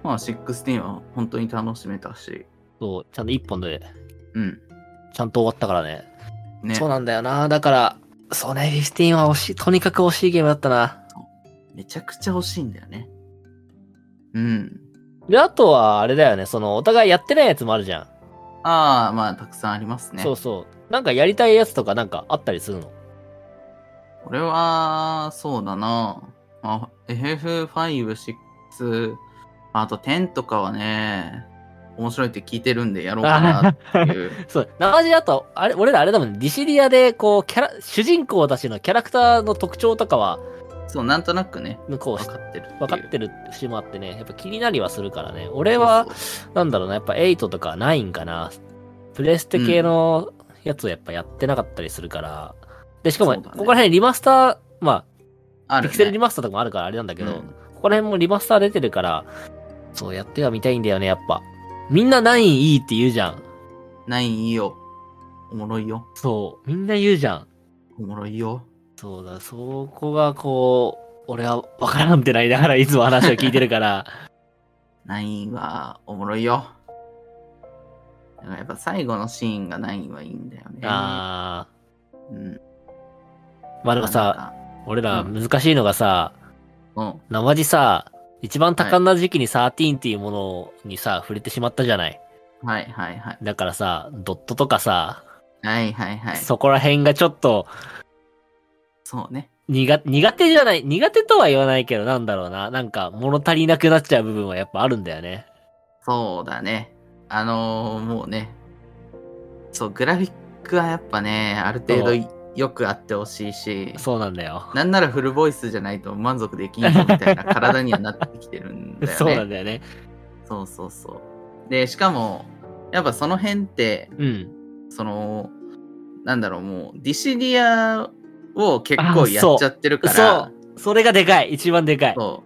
S1: まあ、16は本当に楽しめたし、
S2: そう、ちゃんと一本で、
S1: うん。
S2: ちゃんと終わったからね。
S1: ね。
S2: そうなんだよな。だから、そうね、15は惜しい、とにかく惜しいゲームだったな。
S1: めちゃくちゃ欲しいんだよね。うん。
S2: で、あとは、あれだよね、その、お互いやってないやつもあるじゃん。
S1: ああ、まあ、たくさんありますね。
S2: そうそう。なんかやりたいやつとかなんかあったりするの
S1: これは、そうだな。まあ、FF5、6、あと10とかはね、面白いって聞いてるんでやろうかなっていう。
S2: そう、生地だと、あれ、俺らあれだもんね、ディシリアで、こう、キャラ、主人公たちのキャラクターの特徴とかは、
S1: そう、なんとなくね、
S2: 向こう
S1: 分
S2: し
S1: かってるっていう。
S2: 分かってる節もあってね、やっぱ気になりはするからね。俺は、
S1: そうそう
S2: なんだろうな、やっぱ8とか9かな。プレステ系のやつをやっぱやってなかったりするから。で、しかも、
S1: そう
S2: こ
S1: だね
S2: こら辺リマスター、ま
S1: あ
S2: あ、
S1: る、ね、
S2: ピクセルリマスターとかもあるからあれなんだけど、
S1: う
S2: こ
S1: ん
S2: こら辺もリマスター出てるから、そうやってはみたいんだよね、やっぱ。みんな9いいって言うじゃん。
S1: ないいいよ。おもろいよ。
S2: そう、みんな言うじゃん。
S1: おもろいよ。
S2: そうだ、そこがこう、俺は分からんってないながらいつも話を聞いて るから。
S1: ナインはおもろいよ。だからやっぱ最後のシーンがナインはいいんだよね。
S2: あ
S1: うん。
S2: ー。まあでもさ、俺ら難しいのがさ、
S1: なんか、うん。
S2: 生地さ、一番多感な時期に13っていうものにさ、触れてしまったじゃない。
S1: はいはいはい。
S2: だからさ、ドットとかさ、
S1: はいはいはい。
S2: そこら辺がちょっと
S1: そうね。
S2: 苦苦手じゃない、苦手とは言わないけど、なんだろうな。なんか物足りなくなっちゃう部分はやっぱあるんだよね。
S1: そうだね。あのー、もうね。そう、グラフィックはやっぱね、ある程
S2: そ
S1: 度
S2: う
S1: いよくあってほしいし、
S2: そうなんだよ。
S1: なんならフルボイスじゃないと満足できんぞみたい な体にはなってきてるんだよね。
S2: そうなんだよね。
S1: そうそうそう。で、しかも、やっぱその辺って、
S2: うん。
S1: そのなんだろうもうディシリアを結構やっちゃってるから
S2: そう。それがでかい。一番でかい。
S1: そ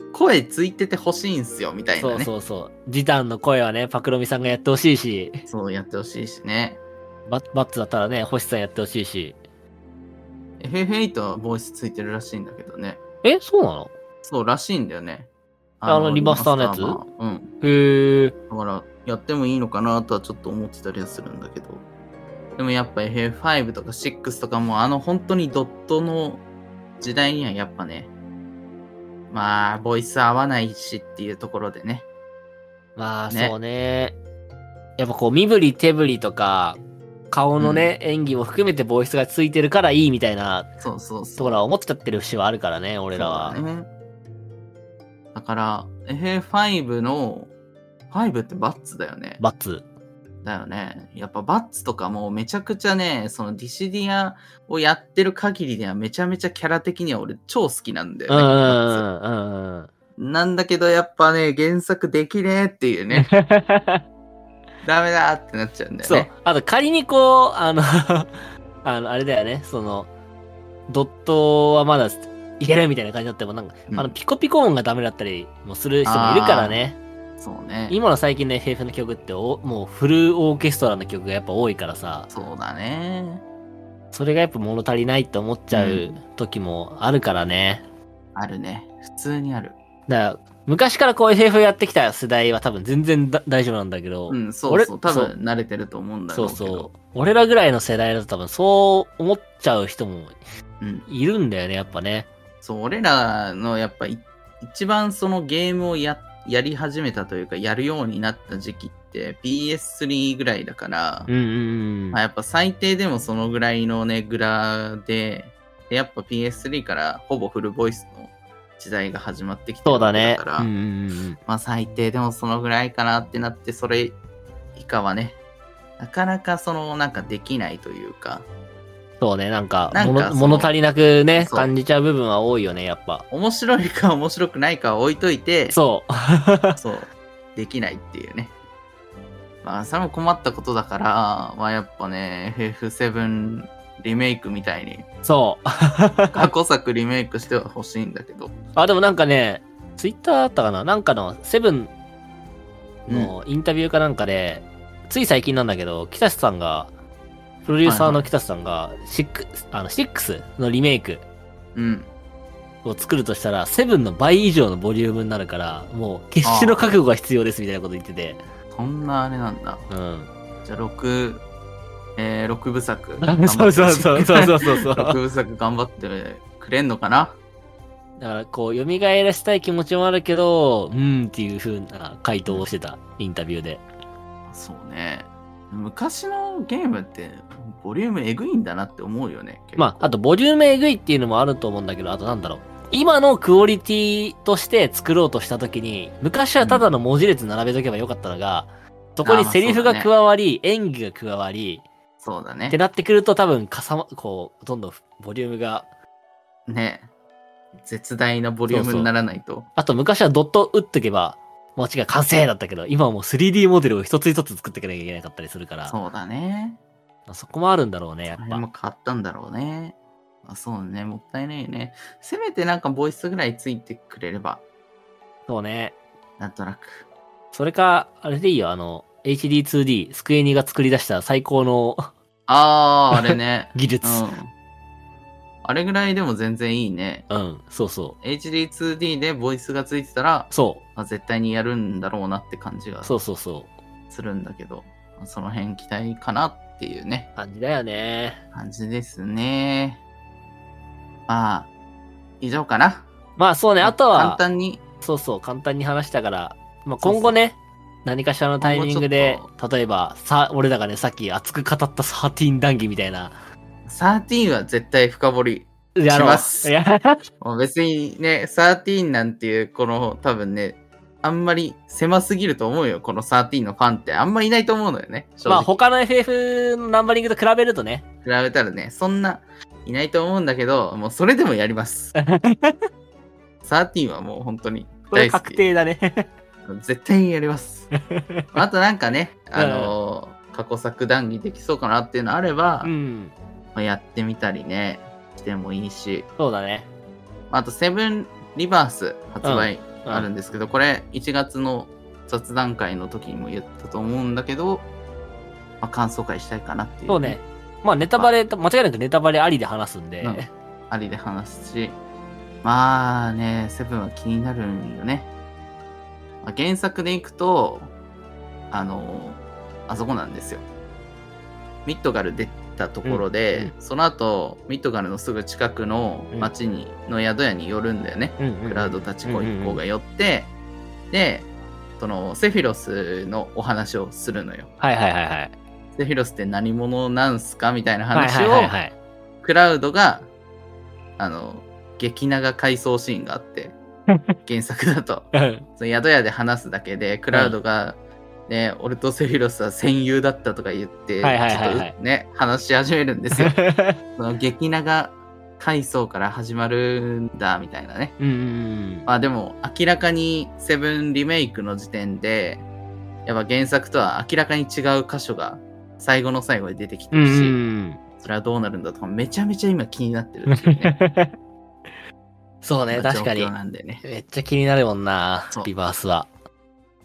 S1: う声ついててほしいんすよみたいな
S2: そう
S1: ねそう
S2: そうそう。ジタンの声はね、パクロミさんがやってほしいし、
S1: やってほしいしね
S2: ババッツだったらね、星さんやってほしいし。
S1: FF8 はボイスついてるらしいんだけどね
S2: え、そうなの
S1: そうらしいんだよね
S2: あのリマスターのやつ
S1: リマスターは
S2: へえ。
S1: うんだからやってもいいのかなとはちょっと思ってたりはするんだけどでもやっぱ FF5 とか6とかもあの本当にドットの時代にはやっぱねまあボイス合わないしっていうところでね
S2: まあ、
S1: ね
S2: そうね。やっぱこう、身振り手振りとか、顔のね、演技も含めてボイスがついてるからいいみたいな
S1: そうそう
S2: と
S1: そう。
S2: ころは思っちゃってる節はあるからね、俺らは。
S1: そうだねだから、FA5 の、5ってバッツだよね。
S2: バッツ。
S1: だよね。やっぱバッツとかもめちゃくちゃね、そのディシディアをやってる限りではめちゃめちゃキャラ的には俺超好きなんだよ
S2: うん
S1: ね。
S2: うん
S1: バッツ
S2: うんうんうん。、
S1: なんだけどやっぱね、原作できねえっていうね ダメだってなっちゃうんだよ
S2: そう
S1: ね。。
S2: あと仮にこう、あの、 あの、あれだよね、その、ドットはまだいけるみたいな感じだっても、なんか、
S1: うん
S2: あの、ピコピコ音がダメだったりもする人もいるからね。
S1: そうね。
S2: 今の最近の FF の曲っておもうフルオーケストラの曲がやっぱ多いからさ、
S1: そうだね。
S2: それがやっぱ物足りないって思っちゃ
S1: う
S2: う時もあるからね。
S1: あるね。普通にある。
S2: だから、昔からこう FF やってきた世代は多分全然だ大丈夫なんだけど、
S1: うん、そう
S2: 俺
S1: そう。多
S2: そう
S1: 分慣れてると思うんだろ
S2: そうう
S1: けど。
S2: そう。俺らぐらいの世代だと多分そう思っちゃう人も
S1: うん。
S2: いるんだよね、やっぱね。
S1: そう、俺らのやっぱい一番そのゲームをややり始めたというか、やるようになった時期って PS3 ぐらいだから、
S2: うんうんうん。
S1: まあ、やっぱ最低でもそのぐらいのね、グラで、でやっぱ PS3 からほぼフルボイスの時代が始まってきてる
S2: そう
S1: わ
S2: だ
S1: け
S2: ね
S1: か。ら、
S2: うんうんうん。
S1: まあ最低でもそのぐらいかなってなって、それ以下はね、なかなかそのなんかできないというか、
S2: そうね、なんか
S1: なんか
S2: 物、
S1: その
S2: 物足りなくね、
S1: そう
S2: 感じちゃう部分は多いよね、やっぱ。
S1: 面白いか面白くないかは置いといて、
S2: そう。
S1: そう、できないっていうね。まあ、それも困ったことだから、まあやっぱね、FF7 リメイクみたいに、
S2: そう。
S1: 過去作リメイクしては欲しいんだけど、
S2: あ、でもなんかね、ツイッターあったかななんかの、セブンのインタビューかなんかで、つい最近なんだけど、北瀬さんが、プロデューサーの北瀬さんが、シックス、あの、シックスのリメイク
S1: うん。
S2: を作るとしたら、セブンの倍以上のボリュームになるから、もう、決死の覚悟が必要ですみたいなこと言ってて、
S1: そんなあれなんだ。
S2: うん。。
S1: じゃあ、6、えー、6部作
S2: そうそうそうそうそうそうそ う。
S1: 6部作頑張ってくれんのかな
S2: だからこう、蘇らしたい気持ちもあるけど、うんっていう風な回答をしてた、インタビューで。
S1: そうね。昔のゲームって、ボリュームえぐいんだなって思うよね。
S2: まあ、あとボリュームえぐいっていうのもあると思うんだけど、あとなんだろう。今のクオリティとして作ろうとした時に、昔はただの文字列並べとけばよかったのが、そこにセリフが加わり、演技が加わり、
S1: あそうだ
S2: って
S1: ね。
S2: なってくると多分かさま、こう、どんどんボリュームが、
S1: ね。絶大なボリュームにならないと。
S2: あと昔はドット打っとけば、間違い完成だったけど、今はもう 3D モデルを一つ一つ作っていかなきゃいけなかったりするから、
S1: そうだね。
S2: そこもあるんだろうね、やっ
S1: あれ
S2: ぱ。
S1: も買ったんだろうね。あそうね。もったいないよね。せめてなんかボイスぐらいついてくれれば、
S2: そうね。
S1: なんとなく。
S2: それか、あれでいいよ、あの、HD2D、スクエニが作り出した最高の。
S1: あー、あれね
S2: 技術
S1: う。ん。あれぐらいでも全然いいね。
S2: うん、そうそう。
S1: HD2D でボイスがついてたら、
S2: そ
S1: まあ、絶対にやるんだろうなって感じが
S2: う、そうそうそ
S1: するんだけど、その辺期待かなっていうね
S2: う。、感じだよね。
S1: 感じですね。まあ、以上かな。
S2: まあそうね、あと
S1: 簡
S2: は、
S1: 単に、
S2: そうそう、簡単に話したから、まあ今後ね、何かしらのタイミングで
S1: 今後、
S2: 例えば、さ、俺らがね、さっき熱く語った13談義みたいな、
S1: 13は絶対深掘り。
S2: やろう。
S1: します
S2: いや、
S1: もう別にね、13なんていう、この多分ね、あんまり狭すぎると思うよ。この13のファンってあんまりいないと思うのよね。正
S2: まあ
S1: 直
S2: 他の FF のナンバリングと比べるとね、
S1: 比べたらね、そんないないと思うんだけど、もうそれでもやり ます。13はもう本当に
S2: これ
S1: 大好
S2: 確
S1: き。
S2: 定だね。
S1: 絶対にやります。あとなんかね、あのー過去作談義できそうかなっていうのあれば、
S2: う
S1: ま
S2: ん、
S1: あやってみたりね、してもいいし、
S2: そうだね。
S1: あとセブンリバース発売
S2: うん
S1: あるんですけど、これ1月の雑談会の時にも言ったと思うんだけど、まあ、感想会したいかなっていう、
S2: そうね。まあネタバレ、間違いなくネタバレありで話すんで、
S1: うんありで話すし、まあね、セブンは気になるんよね。まあ、原作でいくと、あの、あそこなんですよ。ミッドガル出たところで、その後、ミッドガルのすぐ近くの町に、の宿屋に寄るんだよね。
S2: うんうんうん
S1: クラウドたち子一行が寄って、で、そのセフィロスのお話をするのよ。
S2: はいはいはいはい。
S1: セフィロスって何者なんすかみたいな
S2: はい
S1: 話
S2: はい
S1: を、
S2: はいはい。
S1: クラウドが、あの、激長回想シーンがあ って、原作だと。
S2: うん
S1: その宿屋で話すだけで、クラウドが、ね、俺とセフィロスは戦友だったとか言って、
S2: はいはいはいはい
S1: ちょっとね、話し始めるん ですよ。その激長回想から始まるんだ、みたいなね。
S2: うんうん
S1: まあでも、明らかにセブンリメイクの時点で、やっぱ原作とは明らかに違う箇所が最後の最後で出てきて
S2: うん。うん
S1: るし、
S2: うん
S1: それはどうなるんだとか、めちゃめちゃ今気になってるっていうね。
S2: うん。 そうね、
S1: まあ
S2: 確か
S1: 状
S2: に
S1: 況。なんでね。
S2: めっちゃ気になるもんな
S1: そ、う
S2: リバースは。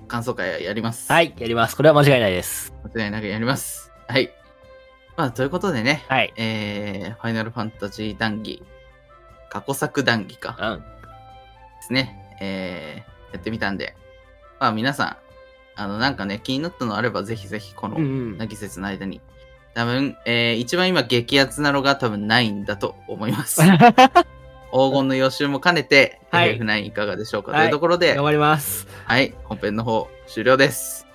S1: 感想会やります。
S2: は。い、やります。これは間違いないです。
S1: 間違いなくやります。はい。まあ、ということでね、
S2: はい。
S1: えー、ファイナルファンタジー談義、過去作談義か
S2: うん。
S1: ですね、えー、やってみたんで、まあ皆さん、あの、なんかね、気になったのあれば、ぜひぜひこ
S2: うん
S1: の、
S2: うん
S1: な季節の間に、多分、えー、一番今激アツなのが多分ないんだと思い ます。黄金の予習も兼ねて、
S2: はい
S1: FF9 いかがでしょうか、
S2: はい
S1: というところで、
S2: 頑張ります。
S1: はい、本編の方終了です。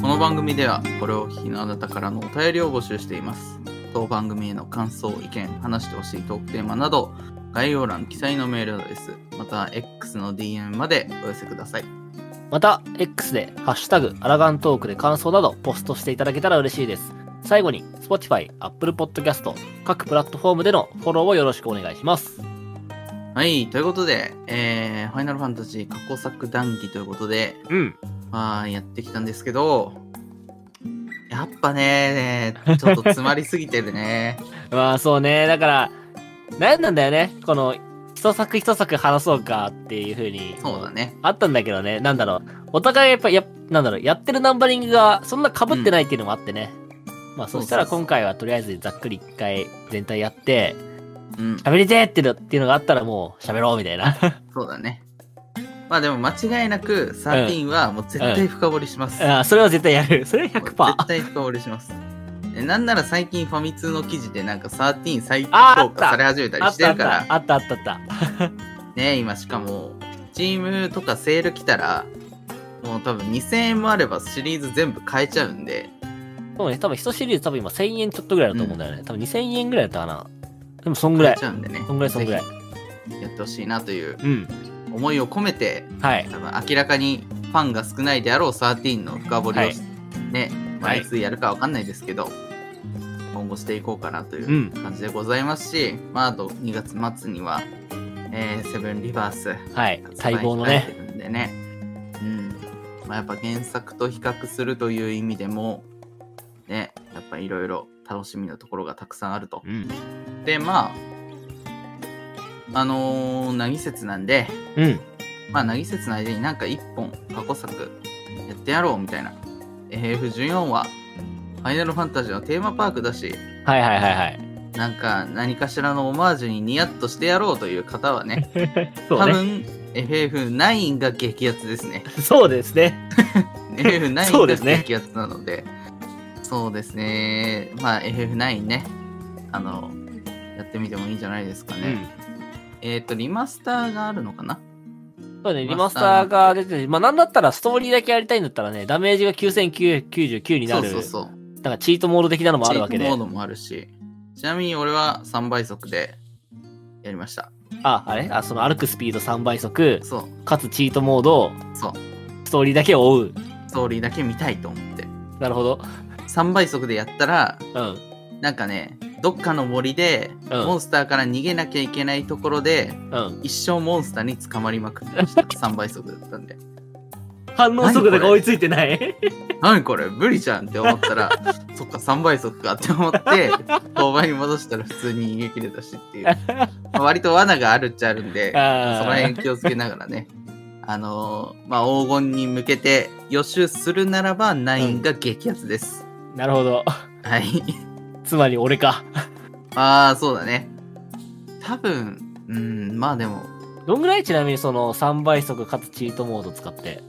S1: この番組ではこれをお聞きのあなたからのお便りを募集しています。当番組への感想、意見、話してほしいトークテーマなど、概要欄記載のメールアドレス、または X の DM までお寄せください。
S2: また、X で、ハッシュタグ、アラガントークで感想など、ポストしていただけたら嬉しいです。最後に Spotify、Apple Podcast、各プラットフォームでのフォローをよろしくお願いします。
S1: はい、ということで、えー、ファイナルファンタジー過去作談義ということで、
S2: うん。
S1: まあ、やってきたんですけど、やっぱね、ちょっと詰まりすぎてるね。
S2: まあそうね、だから、悩んだんだよね。この、一作一作話そうかっていう風に。
S1: そうだね。
S2: あったんだけどね、なんだろう。お互いやっぱ、や、なんだろう、やってるナンバリングがそんな被ってないっていうのもあってね。まあそしたら
S1: そうそうそう
S2: 今回はとりあえずざっくり一回全体やって、
S1: うん、
S2: 喋りてーっていうのっていうのがあったらもう喋ろうみたいな。
S1: そうだね。まあでも間違いなく13はもう絶対深掘りします。
S2: あそれは絶対やる。それは
S1: 絶
S2: 100%。
S1: 対深掘りします。えなんなら最近ファミ通の記事でなんか13再評
S2: ああった
S1: 価され始めたり
S2: あ
S1: し
S2: ってた
S1: る
S2: あっ
S1: か
S2: た
S1: ら、
S2: あったあったあった。
S1: ね、今しかも、チームとかセール来たら、もう多分2000円もあればシリーズ全部買えちゃうんで、
S2: そうね、多分1シリーズ多分今1000円ちょっとぐらいだと思うんだよね。多分2000円ぐらいだったかな。でもそんぐ
S1: 買
S2: らい
S1: えち。ゃうんでね。
S2: そんぐらいそんぐらい
S1: ぜ。ひやってほしいなという
S2: うん。
S1: 思いを込めて、
S2: はい。
S1: 多分明らかにファンが少ないであろう13の深掘りを、
S2: はい
S1: ね、まあ、
S2: はい
S1: いつやるかわかんないですけど、今後していこうかなといううん感じでございますし、まあ、あと2月末には、えーセブンリバース、
S2: はい。待望の
S1: 発売控えて
S2: ね。
S1: るんでね。うん。まあ、やっぱ原作と比較するという意味でも、ね、やっぱいろいろ楽しみなところがたくさんあると。
S2: うん。
S1: で、まあ、あのー、なぎ説なんで、
S2: うん。
S1: まあ、なぎ説の間になんか一本過去作やってやろうみたいな。FF14 は、ファイナルファンタジーのテーマパークだし、
S2: はいはいはいはい。
S1: なんか何かしらのオマージュにニヤッとしてやろうという方はね、
S2: そ
S1: 多
S2: うね。
S1: 分 FF9 が激アツですね。
S2: そうですね。そうです
S1: FF9
S2: ね
S1: が激アツなので、そうですね。まあ FF9 ね、あの、やってみてもいいんじゃないですか
S2: う
S1: ね。
S2: ん。
S1: えっ、と、リマスターがあるのかな
S2: そうね、リマスターが出てて、まあなんだったらストーリーだけやりたいんだったらね、ダメージが9999にな
S1: そう
S2: る。
S1: そうそう。
S2: なんかチートモード的なのもあるわけ
S1: チ
S2: で
S1: ート。モードもあるし、ちなみに俺は3倍速でやりました。
S2: あ、あれあ、その歩くスピード3倍速、
S1: そう、
S2: かつチートモード、
S1: そう、
S2: ストーリーだけを追う。
S1: ストーリーだけ見たいと思って。
S2: なるほど。
S1: 3倍速でやったら、
S2: うん。
S1: なんかね、どっかの森で、
S2: うん
S1: モンスターから逃げなきゃいけないところで、
S2: うん。
S1: 一生モンスターに捕まりまくってました。3倍速だったんで。
S2: 反応速度が追いついてない。
S1: 何これ無理じゃんって思ったら、 そっか3倍速かって思って、当倍に戻したら普通に逃げ切れたしっていう。まあ割と罠があるっちゃあるんで、その
S2: あ
S1: 辺気をつけながらね。あのーまあ、黄金に向けて予習するならば、ナインが激アツです。
S2: あ。なるほど。
S1: はい。
S2: つまり俺か。
S1: ああ、そうだね。多分、うん、まあでも、
S2: どんぐらいちなみにその3倍速かつチートモード使って。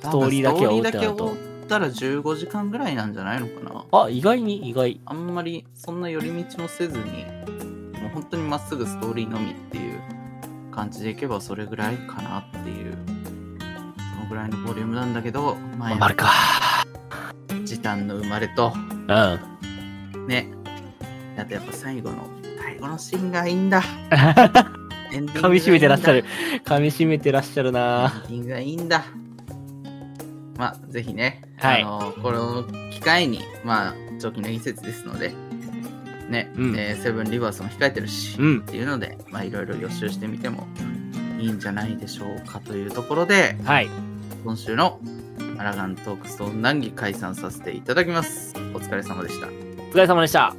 S1: 多
S2: ストー
S1: 分
S2: リーだけを追う
S1: ス
S2: っ
S1: ト
S2: て
S1: ー
S2: な
S1: リー
S2: ると
S1: だけ追ったら15時間ぐらいなんじゃないのかな。
S2: あ、意外に意外。
S1: あんまりそんな寄り道もせずに、もう本当にまっすぐストーリーのみっていう感じでいけばそれぐらいかなっていう、そのぐらいのボリュームなんだけど、ま
S2: まるか。
S1: 時短の生まれと、
S2: うん。あ
S1: ね。あとやっぱ最後の、最後のシーンがいいんだ。エンディング
S2: 噛
S1: がいいんだ
S2: み締めてらっしゃる。。噛み締めてらっしゃる
S1: エ
S2: な。
S1: ンディングがいいんだ。まあ、ぜひね、
S2: はい
S1: あのこの機会に、まあ、長期の季節ですので、ね、
S2: うん
S1: えーセブンリバースも控えてるし、
S2: うん
S1: っていうので、まあ、いろいろ予習してみてもいいんじゃないでしょうかというところで、
S2: はい。
S1: 今週のアラガントークストーン談義解散させていただきます。お疲れ様でした。
S2: お疲れ様でした。